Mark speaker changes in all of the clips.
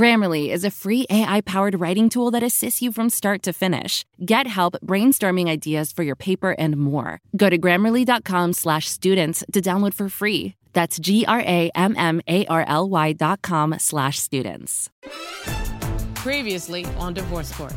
Speaker 1: Grammarly is a free AI powered writing tool that assists you from start to finish. Get help brainstorming ideas for your paper and more. Go to grammarly.com slash students to download for free. That's G R A M M A R L Y dot com slash students.
Speaker 2: Previously on Divorce Court.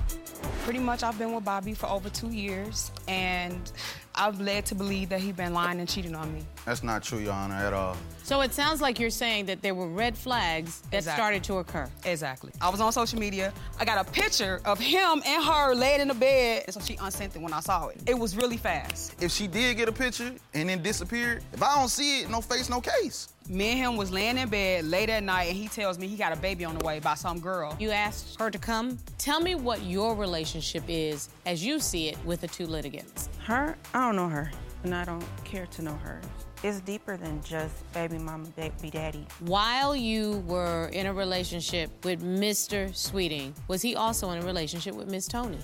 Speaker 3: Pretty much, I've been with Bobby for over two years, and I've led to believe that he's been lying and cheating on me.
Speaker 4: That's not true, Your Honor, at all.
Speaker 2: So it sounds like you're saying that there were red flags that
Speaker 3: Exactly.
Speaker 2: started to occur.
Speaker 3: Exactly. I was on social media. I got a picture of him and her laid in the bed, and so she unsent it when I saw it. It was really fast.
Speaker 4: If she did get a picture and then disappeared, if I don't see it, no face, no case.
Speaker 3: Me and him was laying in bed late at night, and he tells me he got a baby on the way by some girl.
Speaker 2: You asked her to come. Tell me what your relationship is as you see it with the two litigants.
Speaker 5: Her? I don't know her, and I don't care to know her. It's deeper than just baby mama, baby daddy.
Speaker 2: While you were in a relationship with Mr. Sweeting, was he also in a relationship with Miss Tony?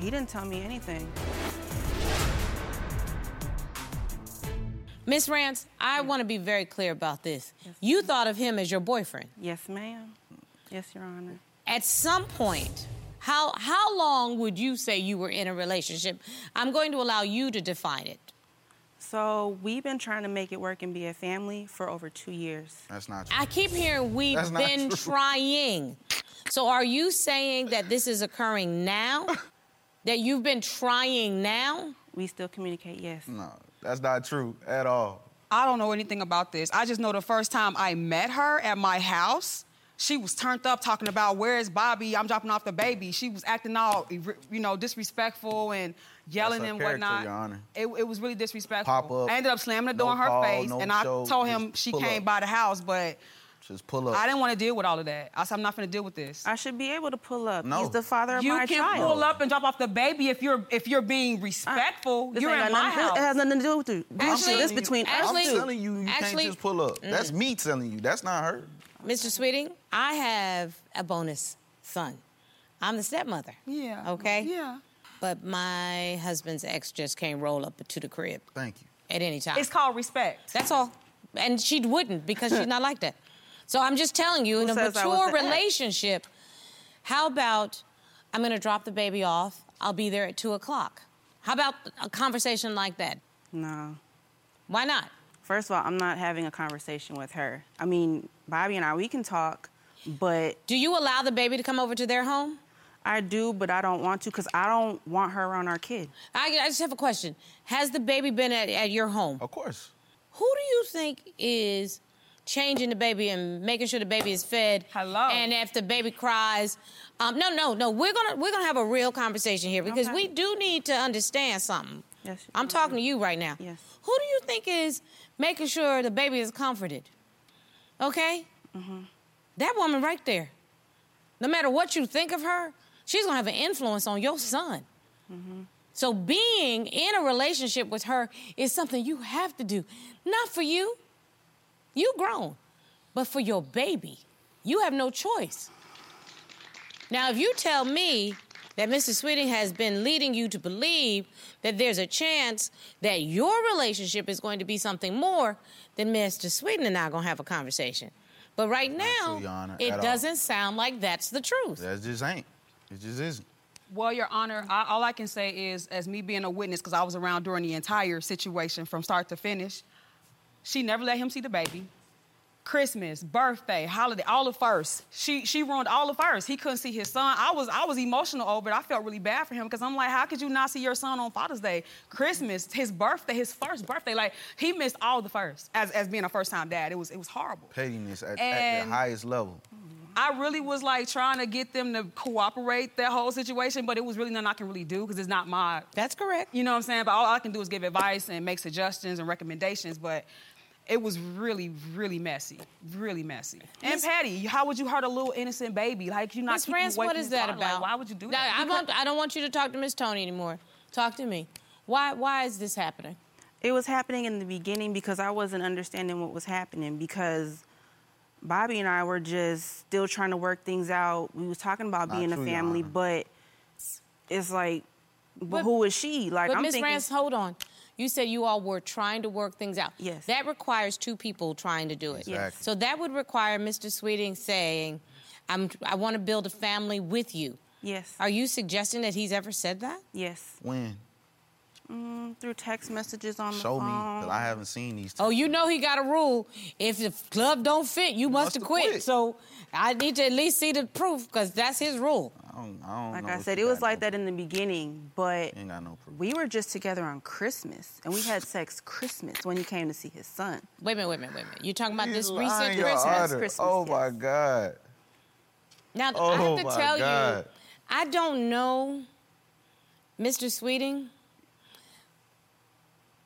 Speaker 5: He didn't tell me anything.
Speaker 2: Miss Rance, I want to be very clear about this. You thought of him as your boyfriend.
Speaker 5: Yes, ma'am. Yes, Your Honor.
Speaker 2: at some point how how long would you say you were in a relationship i'm going to allow you to define it
Speaker 5: So we've been trying to make it work and be a family for over two years.
Speaker 4: That's not true.
Speaker 2: i keep hearing we've
Speaker 4: That's not
Speaker 2: been
Speaker 4: true.
Speaker 2: trying so are you saying that this is occurring now that you've been trying now
Speaker 5: We still communicate, yes.
Speaker 4: no, that's not true at all.
Speaker 3: I don't know anything about this. I just know the first time I met her at my house, she was turned up talking about where is Bobby? I'm dropping off the baby. She was acting all, ir- you know, disrespectful and yelling
Speaker 4: That's her
Speaker 3: and
Speaker 4: character,
Speaker 3: whatnot.
Speaker 4: Your Honor.
Speaker 3: It, it was really disrespectful.
Speaker 4: Pop up,
Speaker 3: I ended up slamming the door
Speaker 4: no
Speaker 3: in her
Speaker 4: call,
Speaker 3: face,
Speaker 4: no
Speaker 3: and I
Speaker 4: show,
Speaker 3: told him
Speaker 4: just
Speaker 3: she
Speaker 4: pull
Speaker 3: came
Speaker 4: up.
Speaker 3: by the house, but
Speaker 4: Just pull up.
Speaker 3: I didn't want to deal with all of that. I said I'm not gonna deal with this.
Speaker 5: I should be able to pull up.
Speaker 4: No.
Speaker 5: He's the father of
Speaker 3: you
Speaker 5: my
Speaker 3: can
Speaker 5: child. Uh,
Speaker 3: pull up and drop off the baby if you're if you're being respectful.
Speaker 5: This
Speaker 3: you're
Speaker 5: ain't
Speaker 3: in
Speaker 5: got
Speaker 3: my
Speaker 5: nothing to do-
Speaker 3: house.
Speaker 5: It has nothing to do with you.
Speaker 2: Actually-
Speaker 5: this between Mm. us.
Speaker 2: Ashley-
Speaker 4: I'm telling you, you
Speaker 2: Ashley-
Speaker 4: can't just pull up. That's me telling you. That's not her.
Speaker 2: Mr. Sweeting, I have a bonus son. I'm the stepmother.
Speaker 3: Yeah.
Speaker 2: Okay?
Speaker 3: Yeah.
Speaker 2: But my husband's ex just can't roll up to the crib
Speaker 4: Thank you.
Speaker 2: at any time.
Speaker 3: It's called respect.
Speaker 2: That's all. And she wouldn't because she's not like that. So I'm just telling you, in a
Speaker 5: says I was
Speaker 2: mature
Speaker 5: the ex?
Speaker 2: relationship, how about I'm going to drop the baby off? I'll be there at two o'clock. How about a conversation like that?
Speaker 5: No.
Speaker 2: Why not?
Speaker 5: First of all, I'm not having a conversation with her. I mean, Bobby and I, we can talk, but
Speaker 2: Do you allow the baby to come over to their home?
Speaker 5: I do, but I don't want to because I don't want her around our kid.
Speaker 2: I, I just have a question. Has the baby been at, at your home?
Speaker 4: Of course.
Speaker 2: Who do you think is changing the baby and making sure the baby is fed?
Speaker 3: Hello.
Speaker 2: And if the baby cries, um, no, no, no. We're gonna we're gonna have a real conversation here because we do need to understand something.
Speaker 5: Yes, you
Speaker 2: I'm
Speaker 5: do.
Speaker 2: talking to you right now.
Speaker 5: Yes.
Speaker 2: Who do you think is making sure the baby is comforted? Okay.
Speaker 5: Mm-hmm.
Speaker 2: That woman right there. No matter what you think of her, she's gonna have an influence on your son. So being in a relationship with her is something you have to do. Not for you. You grown. But for your baby. You have no choice. Now, if you tell me that Mr. Sweeting has been leading you to believe that there's a chance that your relationship is going to be something more, then Mr. Sweeting and I are going to have a conversation. But right now,
Speaker 4: true, Your Honor,
Speaker 2: it
Speaker 4: at all.
Speaker 2: doesn't sound like that's the truth.
Speaker 4: That just ain't. It just isn't.
Speaker 3: Well, Your Honor, I, all I can say is, as me being a witness, because I was around during the entire situation from start to finish, she never let him see the baby. Christmas, birthday, holiday, all of first. She she ruined all of first. He couldn't see his son. I was I was emotional over it. I felt really bad for him because I'm like, how could you not see your son on Father's Day, Christmas, his birthday, his first birthday? Like he missed all the first as as being a first time dad. It was it was horrible.
Speaker 4: Pettiness at, at
Speaker 3: And-
Speaker 4: the highest level.
Speaker 3: I really was like trying to get them to cooperate that whole situation, but it was really nothing I can really do because it's not my
Speaker 2: That's correct.
Speaker 3: you know what I'm saying? But all I can do is give advice and make suggestions and recommendations. But it was really, really messy. Really messy. And Patty, how would you hurt a little innocent baby? Like you not
Speaker 2: Miss
Speaker 3: keeping
Speaker 2: Rance,
Speaker 3: away
Speaker 2: what
Speaker 3: from
Speaker 2: is
Speaker 3: your
Speaker 2: that
Speaker 3: father.
Speaker 2: about?
Speaker 3: Like, why would you do
Speaker 2: No,
Speaker 3: that?
Speaker 2: I don't, I don't want you to talk to Miss Tony anymore. Talk to me. Why, why is this happening?
Speaker 5: It was happening in the beginning because I wasn't understanding what was happening because Bobby and I were just still trying to work things out. We was talking about
Speaker 4: Not
Speaker 5: being
Speaker 4: true,
Speaker 5: a
Speaker 4: Your
Speaker 5: family,
Speaker 4: Honor.
Speaker 5: but it's like, but,
Speaker 2: But-
Speaker 5: who is she? Like
Speaker 2: But
Speaker 5: I'm
Speaker 2: Miss
Speaker 5: thinking,
Speaker 2: Rance, hold on. You said you all were trying to work things out.
Speaker 5: Yes.
Speaker 2: That requires two people trying to do it.
Speaker 4: Exactly.
Speaker 2: So that would require Mr. Sweeting saying, I'm, I want to build a family with you.
Speaker 5: Yes.
Speaker 2: Are you suggesting that he's ever said that?
Speaker 5: Yes. Mm,
Speaker 4: When?
Speaker 5: Through text messages on the
Speaker 4: Show me,
Speaker 5: phone.
Speaker 4: because I haven't seen these.
Speaker 2: Oh, you know he got a rule. If the club don't fit, you must
Speaker 4: must
Speaker 2: have
Speaker 4: have
Speaker 2: quit.
Speaker 4: quit.
Speaker 2: So I need to at least see the proof because that's his rule.
Speaker 4: I don't, I don't
Speaker 5: Like
Speaker 4: know
Speaker 5: I
Speaker 4: if
Speaker 5: said,
Speaker 4: you
Speaker 5: it was
Speaker 4: got
Speaker 5: like
Speaker 4: no-
Speaker 5: that in the beginning, but
Speaker 4: Ain't got no proof.
Speaker 5: we were just together on Christmas and we had sex Christmas when he came to see his son.
Speaker 2: Wait a minute, wait a minute, wait a minute. You're talking about this
Speaker 4: He's
Speaker 2: recent
Speaker 4: lying, Your
Speaker 2: Christmas.
Speaker 4: Honor.
Speaker 5: Christmas,
Speaker 4: Oh
Speaker 5: yes.
Speaker 4: my God.
Speaker 2: Now I
Speaker 4: Oh,
Speaker 2: have to
Speaker 4: my
Speaker 2: tell you,
Speaker 4: God.
Speaker 2: I don't know, Mr. Sweeting,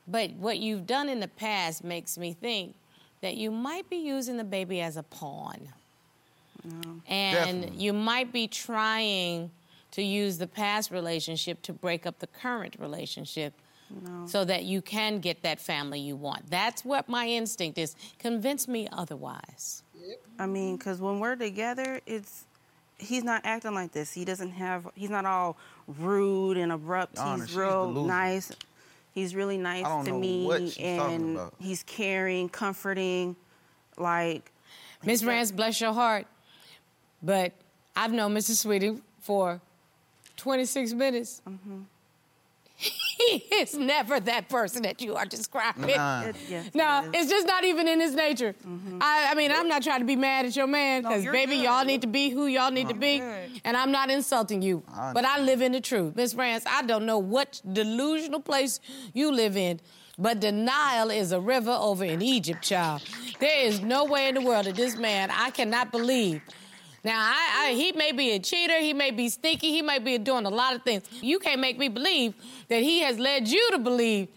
Speaker 2: but what you've done in the past makes me think that you might be using the baby as a pawn. And
Speaker 4: Definitely.
Speaker 2: you might be trying to use the past relationship to break up the current relationship so that you can get that family you want. That's what my instinct is. Convince me otherwise.
Speaker 5: I mean, because when we're together, it's he's not acting like this. He doesn't have. He's not all rude and abrupt.
Speaker 4: Your Honor,
Speaker 5: he's
Speaker 4: she's
Speaker 5: real
Speaker 4: delusional.
Speaker 5: nice. He's really nice
Speaker 4: I don't
Speaker 5: to
Speaker 4: know
Speaker 5: me,
Speaker 4: what she's talking
Speaker 5: and
Speaker 4: about.
Speaker 5: he's caring, comforting. Like
Speaker 2: Miss Rance, bless your heart, but I've known Mr. Sweeting for 26 minutes. he is never that person that you are describing.
Speaker 5: it, yeah,
Speaker 2: No, it's just not even in his nature. I, I mean, I'm not trying to be mad at your man, because
Speaker 3: you're
Speaker 2: baby,
Speaker 3: good.
Speaker 2: y'all need to be who y'all need to be, and I'm not insulting you.
Speaker 4: I
Speaker 2: but I live in the truth, Miss Rance. I don't know what delusional place you live in, but denial is a river over in Egypt, child. There is no way in the world that this man I cannot believe. Now, I, I, he may be a cheater, he may be sneaky, he may be doing a lot of things. You can't make me believe that he has led you to believe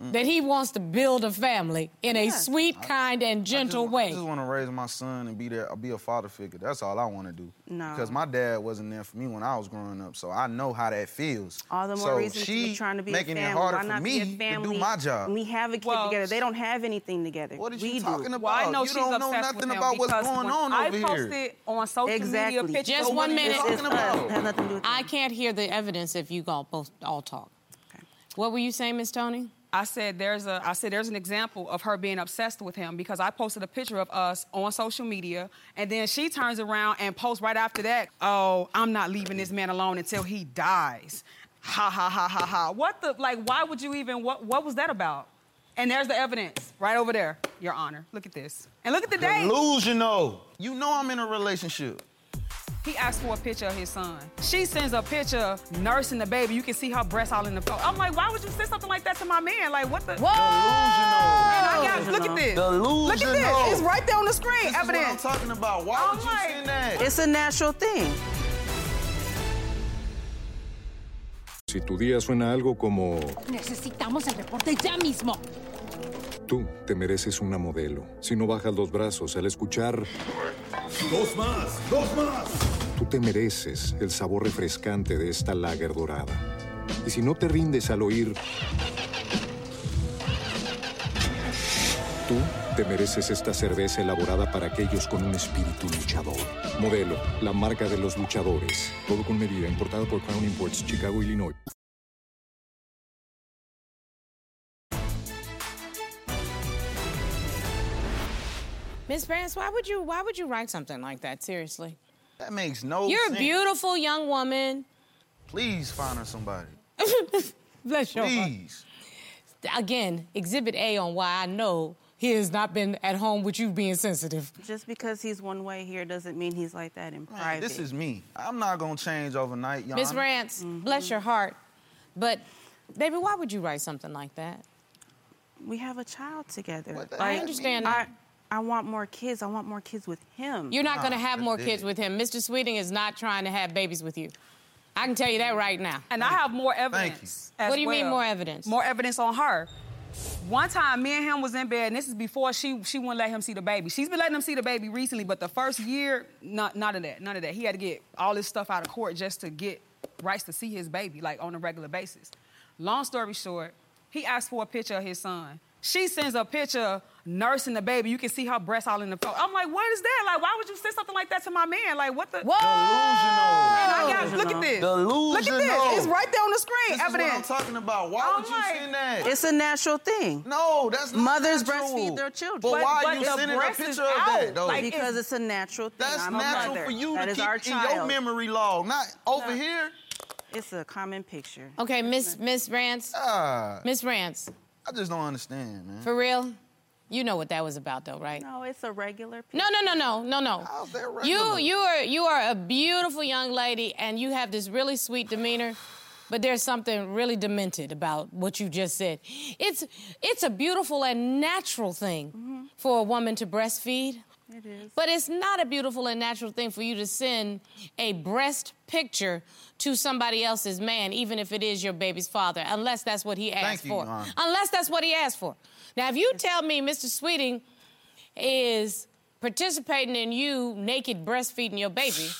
Speaker 2: that he wants to build a family in a sweet, kind, and gentle
Speaker 4: just, wa- I
Speaker 2: way.
Speaker 4: just want to raise my son and be there, be a father figure. That's all I want to do.
Speaker 5: No.
Speaker 4: Because my dad wasn't there for me when I was growing up, so I know how that feels.
Speaker 5: all the more
Speaker 4: so
Speaker 5: reason
Speaker 4: she
Speaker 5: to be trying to be
Speaker 4: making
Speaker 5: a family.
Speaker 4: it harder
Speaker 5: Why
Speaker 4: for
Speaker 5: not
Speaker 4: me
Speaker 5: be a family?
Speaker 4: to do my job.
Speaker 5: And we have a kid
Speaker 3: Well,
Speaker 5: together. They don't have anything together.
Speaker 4: what are you
Speaker 5: we
Speaker 4: talking
Speaker 5: do.
Speaker 4: about?
Speaker 3: Well, I know
Speaker 4: you
Speaker 3: she's
Speaker 4: don't know
Speaker 3: obsessed with
Speaker 4: nothing
Speaker 3: him
Speaker 4: about what's
Speaker 3: because
Speaker 4: going
Speaker 3: when
Speaker 4: on
Speaker 3: I
Speaker 4: over
Speaker 3: posted
Speaker 4: here.
Speaker 3: on social
Speaker 5: Exactly.
Speaker 3: media pictures.
Speaker 2: Just
Speaker 3: of
Speaker 2: one
Speaker 3: what
Speaker 2: minute.
Speaker 3: is
Speaker 5: It's,
Speaker 4: talking
Speaker 5: it's us.
Speaker 4: about?
Speaker 5: It has nothing to do with
Speaker 2: I
Speaker 5: them.
Speaker 2: can't hear the evidence if you all both all talk. What were you saying, Miss Tony?
Speaker 3: I said there's a I said there's an example of her being obsessed with him because I posted a picture of us on social media and then she turns around and posts right after that, "Oh, I'm not leaving this man alone until he dies." Ha ha ha ha ha. What the like why would you even what what was that about? And there's the evidence right over there, your honor. Look at this. And look at the date.
Speaker 4: Delusional. You know I'm in a relationship.
Speaker 3: He asked for a picture of his son. She sends a picture nursing the baby. You can see her breasts all in the photo. I'm like, why would you send something like that to my man? Like, what the?
Speaker 2: Whoa!
Speaker 3: And I got-
Speaker 5: Delusional.
Speaker 3: look at this.
Speaker 4: Delusional.
Speaker 3: Look at this. It's right there on the screen.
Speaker 4: This is what I'm
Speaker 3: Evidence.
Speaker 4: talking about. Why
Speaker 3: I'm
Speaker 4: would you
Speaker 3: like,
Speaker 4: send that?
Speaker 5: Oh It's a natural thing.
Speaker 6: Si tu día suena algo como
Speaker 7: Necesitamos el reporte ya mismo.
Speaker 6: tú, te mereces una modelo. Si no bajas los brazos al escuchar,
Speaker 8: Dos más, dos más.
Speaker 6: tú te mereces el sabor refrescante de esta lager dorada. Y si no te rindes al oír, tú te mereces esta cerveza elaborada para aquellos con un espíritu luchador. Modelo, la marca de los luchadores. Todo con medida, importado por Crown Imports, Chicago, Illinois.
Speaker 2: Miss Rance, why would you why would you write something like that? Seriously,
Speaker 4: That makes no
Speaker 2: you're a
Speaker 4: sense.
Speaker 2: beautiful young woman.
Speaker 4: Please find her somebody.
Speaker 2: Bless your heart.
Speaker 4: Please.
Speaker 2: Again, Exhibit A on why I know he has not been at home with you being sensitive.
Speaker 5: Just because he's one way here doesn't mean he's like that in
Speaker 4: Man,
Speaker 5: private.
Speaker 4: this is me. I'm not gonna change overnight, y'all.
Speaker 2: Miss Rance,
Speaker 4: Mm-hmm.
Speaker 2: bless your heart, but baby, why would you write something like that?
Speaker 5: we have a child together.
Speaker 4: What the-
Speaker 5: Like,
Speaker 2: I understand
Speaker 5: I,
Speaker 2: that.
Speaker 5: I want more kids. I want more kids with him.
Speaker 2: You're not going to
Speaker 4: Nah,
Speaker 2: have
Speaker 4: that's
Speaker 2: more
Speaker 4: dead.
Speaker 2: kids with him. Mr. Sweeting is not trying to have babies with you. I can tell you that right now.
Speaker 3: And I have more evidence. as
Speaker 2: What do you mean
Speaker 3: well.
Speaker 2: more evidence?
Speaker 3: More evidence on her. One time, me and him was in bed, and this is before she she wouldn't let him see the baby. She's been letting him see the baby recently, but the first year, not, none of that, none of that. He had to get all this stuff out of court just to get rights to see his baby, like on a regular basis. Long story short, he asked for a picture of his son. She sends a picture nursing the baby. You can see her breasts all in the photo. I'm like, what is that? Like, why would you send something like that to my man? Like, what the?
Speaker 2: Whoa!
Speaker 3: And I got-
Speaker 5: Delusional.
Speaker 3: look at this. Look at
Speaker 4: Delusional.
Speaker 3: this. It's right there on the screen.
Speaker 4: This
Speaker 3: evidence.
Speaker 4: is what I'm talking about. Why
Speaker 3: I'm
Speaker 4: would you
Speaker 3: like-
Speaker 4: send that?
Speaker 5: It's a natural thing.
Speaker 4: no, that's not
Speaker 5: Mothers
Speaker 4: natural.
Speaker 5: breastfeed their children.
Speaker 4: But,
Speaker 5: But-
Speaker 4: why
Speaker 3: but
Speaker 4: are you
Speaker 3: the
Speaker 4: sending a
Speaker 3: breast is
Speaker 4: picture of
Speaker 3: out.
Speaker 4: that though?
Speaker 3: Like,
Speaker 5: Because it's a natural thing.
Speaker 4: that's
Speaker 5: I'm a
Speaker 4: natural
Speaker 5: mother.
Speaker 4: for you
Speaker 5: That
Speaker 4: to
Speaker 5: is
Speaker 4: keep
Speaker 5: our
Speaker 4: in
Speaker 5: child.
Speaker 4: your memory log, not over here.
Speaker 5: It's a common picture.
Speaker 2: Okay, Miss Miss Rance.
Speaker 4: Ah,
Speaker 2: Miss Rance,
Speaker 4: I just don't understand, man.
Speaker 2: for real? You know what that was about though, right?
Speaker 5: No, it's a regular picture.
Speaker 2: No, no, no, no, no, no.
Speaker 4: How's that regular?
Speaker 2: You you are you are a beautiful young lady and you have this really sweet demeanor, but there's something really demented about what you just said. It's it's a beautiful and natural thing for a woman to breastfeed.
Speaker 5: It is.
Speaker 2: But it's not a beautiful and natural thing for you to send a breast picture to somebody else's man, even if it is your baby's father, unless that's what he asked
Speaker 4: you,
Speaker 2: for.
Speaker 4: Your Honor.
Speaker 2: Unless that's what he asked for. Now, if you tell me Mr. Sweeting is participating in you naked breastfeeding your baby,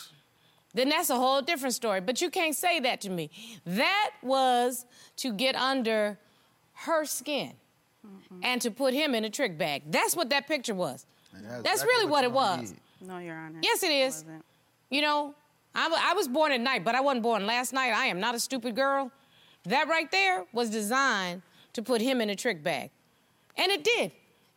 Speaker 2: then that's a whole different story. But you can't say that to me. That was to get under her skin and to put him in a trick bag. That's what that picture was.
Speaker 4: that's
Speaker 2: that's
Speaker 4: exactly
Speaker 2: really
Speaker 4: what
Speaker 2: what
Speaker 4: you
Speaker 2: it
Speaker 4: wanna
Speaker 2: was.
Speaker 4: hear.
Speaker 5: No, Your Honor.
Speaker 2: Yes, it is.
Speaker 5: wasn't.
Speaker 2: You know, I'm, I was born at night, but I wasn't born last night. I am not a stupid girl. That right there was designed to put him in a trick bag. And it did.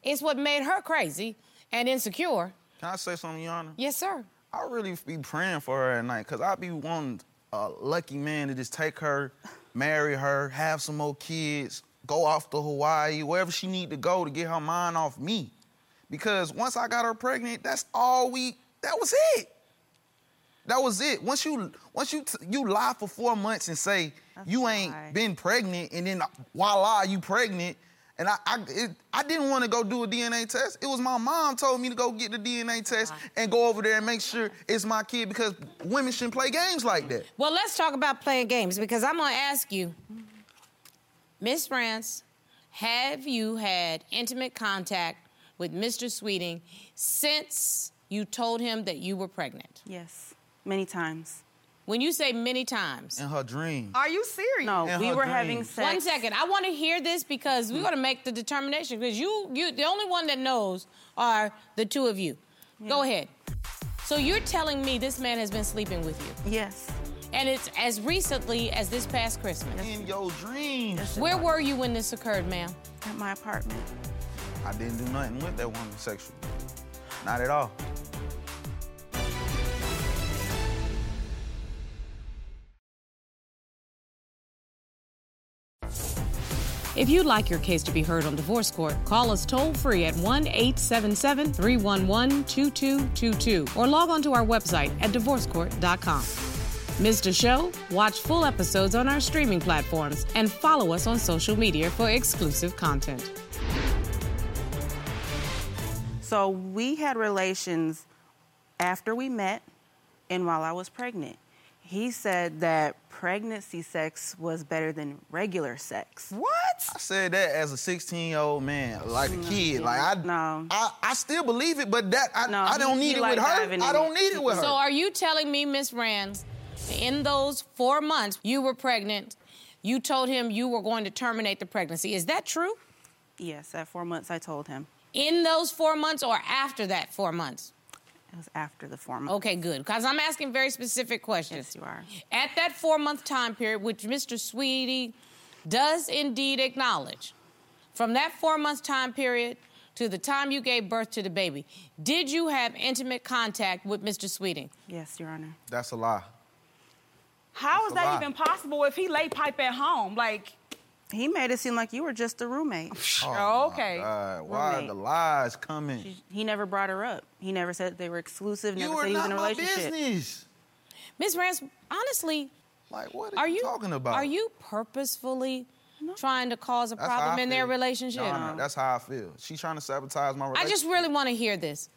Speaker 2: It's what made her crazy and insecure.
Speaker 4: Can I say something, Your Honor?
Speaker 2: Yes, sir.
Speaker 4: I really be praying for her at night, cause I be wanting a lucky man to just take her, marry her, have some more kids, go off to Hawaii, wherever she need to go to get her mind off me. Because once I got her pregnant, that's all we. That was it. That was it. Once you once you t- you lie for four months and say you ain't
Speaker 5: lie.
Speaker 4: been pregnant, and then voila, you pregnant. And I I, it, I didn't want to go do a DNA test. It was my mom told me to go get the DNA test and go over there and make sure it's my kid because women shouldn't play games like that.
Speaker 2: Well, let's talk about playing games because I'm going to ask you, Miss France, have you had intimate contact with Mr. Sweeting since you told him that you were pregnant?
Speaker 5: Yes, many times.
Speaker 2: When you say many times,
Speaker 4: In her dream.
Speaker 3: Are you serious?
Speaker 5: No,
Speaker 4: And
Speaker 5: we
Speaker 4: her
Speaker 5: were having
Speaker 4: dreams.
Speaker 5: sex.
Speaker 2: One second. I want to hear this because we're going to make the determination because you, you, the only one that knows are the two of you. Go ahead. So you're telling me this man has been sleeping with you,
Speaker 5: Yes,
Speaker 2: and it's as recently as this past Christmas.
Speaker 4: In your dreams.
Speaker 2: Where were you when this occurred, ma'am?
Speaker 5: at my apartment.
Speaker 4: I didn't do nothing with that woman sexually. Not at all.
Speaker 2: If you'd like your case to be heard on divorce court, call us toll free at 1 877 311 2222 or log on to our website at divorcecourt.com. Missed a show? Watch full episodes on our streaming platforms and follow us on social media for exclusive content.
Speaker 5: So we had relations after we met and while I was pregnant. He said that pregnancy sex was better than regular sex.
Speaker 4: I said that as a 16 year old man, like a kid. Like I,
Speaker 5: No.
Speaker 4: I, I still believe it, but that I,
Speaker 5: No,
Speaker 4: I don't
Speaker 5: he-
Speaker 4: need it
Speaker 5: he
Speaker 4: with
Speaker 5: like
Speaker 4: her.
Speaker 5: diving
Speaker 4: I
Speaker 5: in
Speaker 4: don't
Speaker 5: it.
Speaker 4: need it with her.
Speaker 2: So, are you telling me, Miss Rand, in those four months you were pregnant, you told him you were going to terminate the pregnancy? Is that true?
Speaker 5: Yes, at four months I told him.
Speaker 2: In those four months or after that four months?
Speaker 5: It was after the four months.
Speaker 2: Okay, good. Because I'm asking very specific questions.
Speaker 5: Yes, you are.
Speaker 2: At that four month time period, which Mr. Sweetie does indeed acknowledge, from that four month time period to the time you gave birth to the baby, did you have intimate contact with Mr. Sweeting?
Speaker 5: Yes, Your Honor.
Speaker 4: That's a lie.
Speaker 3: How is
Speaker 4: That's a lie.
Speaker 3: that even possible if he lay pipe at home? Like,
Speaker 5: He made it seem like you were just a roommate.
Speaker 3: oh, okay.
Speaker 4: God, why are
Speaker 5: Roommate.
Speaker 4: the lies coming?
Speaker 5: He never brought her up. He never said they were exclusive. Never
Speaker 4: you are
Speaker 5: said he was
Speaker 4: not
Speaker 5: in a
Speaker 4: my
Speaker 5: relationship.
Speaker 4: business.
Speaker 2: Ms. Rance, honestly,
Speaker 4: Like, what are,
Speaker 2: are you
Speaker 4: talking about?
Speaker 2: Are you purposefully trying to cause a
Speaker 4: That's how
Speaker 2: problem
Speaker 4: I
Speaker 2: in their
Speaker 4: feel.
Speaker 2: relationship?
Speaker 4: Your Honor, that's how I feel. She's trying to sabotage my
Speaker 2: I
Speaker 4: relationship.
Speaker 2: just really want to hear this.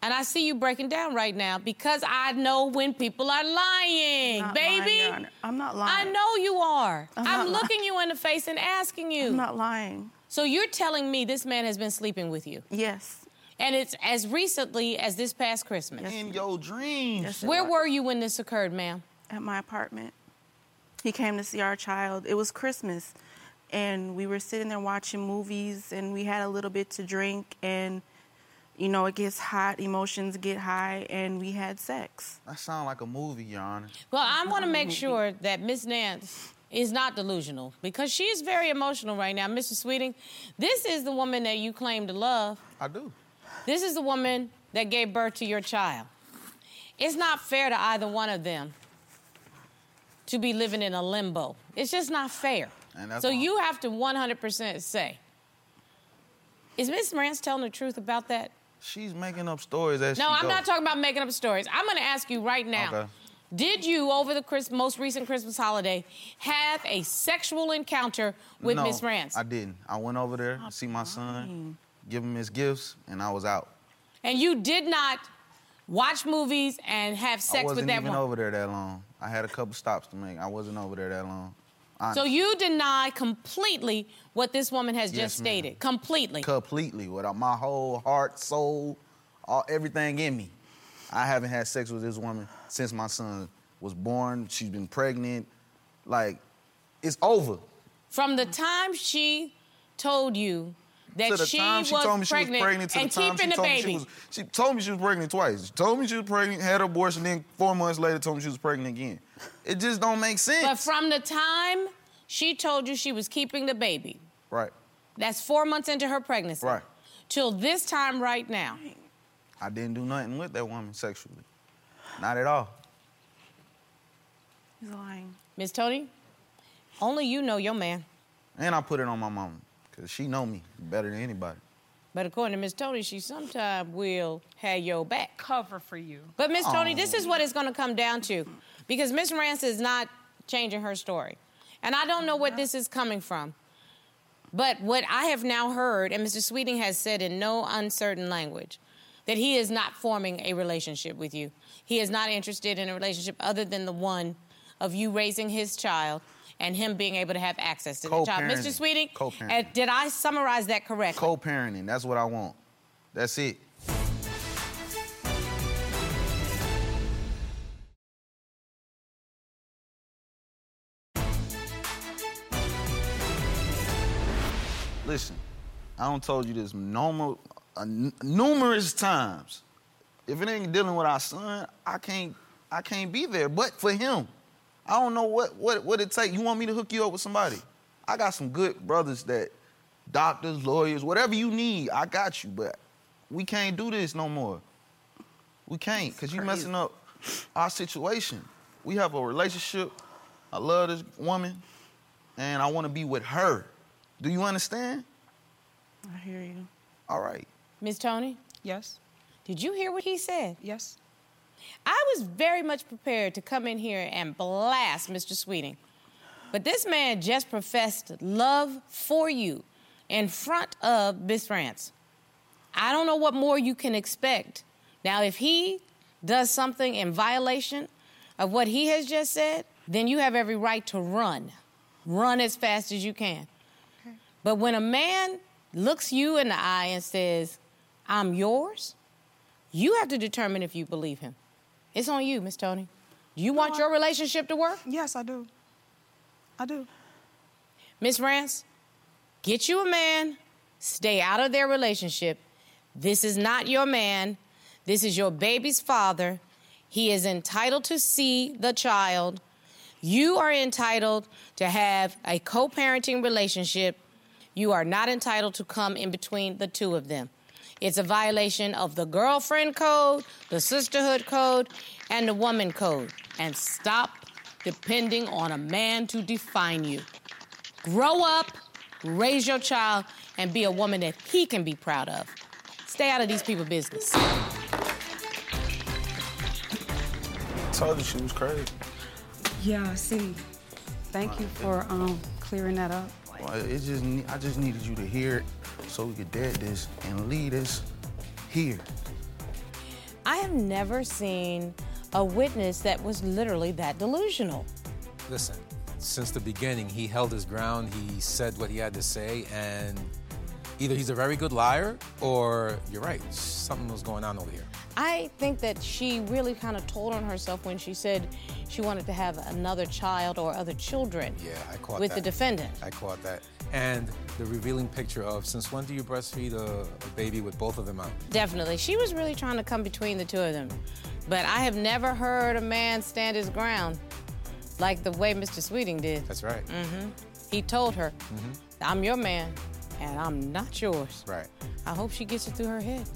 Speaker 2: And I see you breaking down right now because I know when people are lying,
Speaker 5: Not lying,
Speaker 2: baby.
Speaker 5: Your Honor. I'm not lying.
Speaker 2: I know you are. I'm,
Speaker 5: not lying.
Speaker 2: looking you in the face and asking you.
Speaker 5: I'm not lying.
Speaker 2: So you're telling me this man has been sleeping with you,
Speaker 5: Yes.
Speaker 2: and it's as recently as this past Christmas.
Speaker 4: in your dreams.
Speaker 5: Yes, it
Speaker 2: Where
Speaker 5: was.
Speaker 2: were you when this occurred, ma'am?
Speaker 5: At my apartment. He came to see our child. It was Christmas. and we were sitting there watching movies and we had a little bit to drink and you know it gets hot emotions get high and we had sex
Speaker 4: That sound like a movie, Your Honor.
Speaker 2: Well, I want to make sure that Miss Nance is not delusional because she is very emotional right now. Mr. Sweeting, this is the woman that you claim to love.
Speaker 4: I do.
Speaker 2: This is the woman that gave birth to your child. It's not fair to either one of them to be living in a limbo. It's just not fair.
Speaker 4: And that's
Speaker 2: so
Speaker 4: all.
Speaker 2: you have to 100% say, is Miss Nance telling the truth about that?
Speaker 4: She's making up stories as
Speaker 2: No,
Speaker 4: she
Speaker 2: I'm
Speaker 4: go.
Speaker 2: not talking about making up stories. I'm going to ask you right now.
Speaker 4: Okay.
Speaker 2: Did you, over the Chris, most recent Christmas holiday, have a sexual encounter with
Speaker 4: no,
Speaker 2: Miss Rance?
Speaker 4: I didn't. I went over there, see my son, give him his gifts, and I was out.
Speaker 2: and you did not watch movies and have
Speaker 4: I
Speaker 2: sex
Speaker 4: wasn't
Speaker 2: with that
Speaker 4: even
Speaker 2: woman.
Speaker 4: over there that long. I had a couple stops to make. I wasn't over there that long.
Speaker 2: So
Speaker 4: Honest.
Speaker 2: you deny completely what this woman has
Speaker 4: Yes,
Speaker 2: just
Speaker 4: ma'am.
Speaker 2: stated. Completely.
Speaker 4: completely with my whole heart, soul, all, everything in me. I haven't had sex with this woman since my son was born. She's been pregnant. Like, it's over.
Speaker 2: From the time she told you that
Speaker 4: to the
Speaker 2: she,
Speaker 4: time
Speaker 2: was
Speaker 4: she told me she was
Speaker 2: pregnant
Speaker 4: pregnant to
Speaker 2: and
Speaker 4: the time
Speaker 2: keeping the
Speaker 4: she told
Speaker 2: baby.
Speaker 4: me she was she told me she was pregnant twice. She told me she was pregnant, had her abortion, then four months later told me she was pregnant again. It just don't make sense.
Speaker 2: but from the time she told you she was keeping the baby,
Speaker 4: right,
Speaker 2: That's four months into her pregnancy.
Speaker 4: right.
Speaker 2: Till this time right now.
Speaker 4: I didn't do nothing with that woman sexually. Not at all.
Speaker 5: he's lying
Speaker 2: Miss Tony, only you know your man.
Speaker 4: And I put it on my mama, cause she know me better than anybody.
Speaker 2: But according to Miss Tony, she sometime will have your back.
Speaker 3: Cover for you.
Speaker 2: But Miss Tony, this is what it's gonna come down to. Because Miss Rance is not changing her story. And I don't know what this is coming from. But what I have now heard, and Mr. Sweeting has said in no uncertain language, that he is not forming a relationship with you. He is not interested in a relationship other than the one of you raising his child and him being able to have access to the child. Mr.
Speaker 4: Co-parenting.
Speaker 2: Sweeting,
Speaker 4: Co-parenting.
Speaker 2: uh, did I summarize that correctly?
Speaker 4: Co-parenting, that's what I want. That's it. Listen, I don't told you this normal, uh, n- numerous times. If it ain't dealing with our son, I can't, I can't be there. But for him, I don't know what what what it take. You want me to hook you up with somebody? I got some good brothers that, doctors, lawyers, whatever you need, I got you. But we can't do this no more. We can't, cause you messing up our situation. We have a relationship. I love this woman, and I want to be with her. Do you understand?
Speaker 5: i hear you
Speaker 4: All right.
Speaker 2: Miss Tony,
Speaker 3: Yes,
Speaker 2: did you hear what he said?
Speaker 3: yes.
Speaker 2: I was very much prepared to come in here and blast Mr. Sweeting. But this man just professed love for you in front of Miss Rance. I don't know what more you can expect. Now, if he does something in violation of what he has just said, then you have every right to run. Run as fast as you can. But when a man looks you in the eye and says, I'm yours, you have to determine if you believe him. It's on you, Miss Tony. Do you want your relationship to work?
Speaker 3: Yes, I do. I do.
Speaker 2: Miss Rance, get you a man, stay out of their relationship. This is not your man. This is your baby's father. He is entitled to see the child. You are entitled to have a co parenting relationship. You are not entitled to come in between the two of them. It's a violation of the girlfriend code, the sisterhood code, and the woman code. And stop depending on a man to define you grow up, raise your child, and be a woman that he can be proud of. Stay out of these people business.
Speaker 4: Told you she was crazy.
Speaker 3: Yeah, I see. Thank you for um, clearing that up.
Speaker 4: Well, it just ne- I just needed you to hear it so we could dead this and lead us here.
Speaker 2: I have never seen a witness that was literally that delusional.
Speaker 9: Listen, since the beginning, he held his ground. He said what he had to say, and either he's a very good liar or you're right. Something was going on over here.
Speaker 2: I think that she really kind of told on herself when she said she wanted to have another child or other children
Speaker 9: Yeah, I caught
Speaker 2: with
Speaker 9: that.
Speaker 2: the defendant.
Speaker 9: I caught that. and the revealing picture of since when do you breastfeed a, a baby with both of them out?
Speaker 2: Definitely. She was really trying to come between the two of them. But I have never heard a man stand his ground like the way Mr. Sweeting did.
Speaker 9: That's Mm-hmm. right.
Speaker 2: Mm-hmm. He told her, I'm your man and I'm not yours.
Speaker 9: Right.
Speaker 2: I hope she gets it through her head.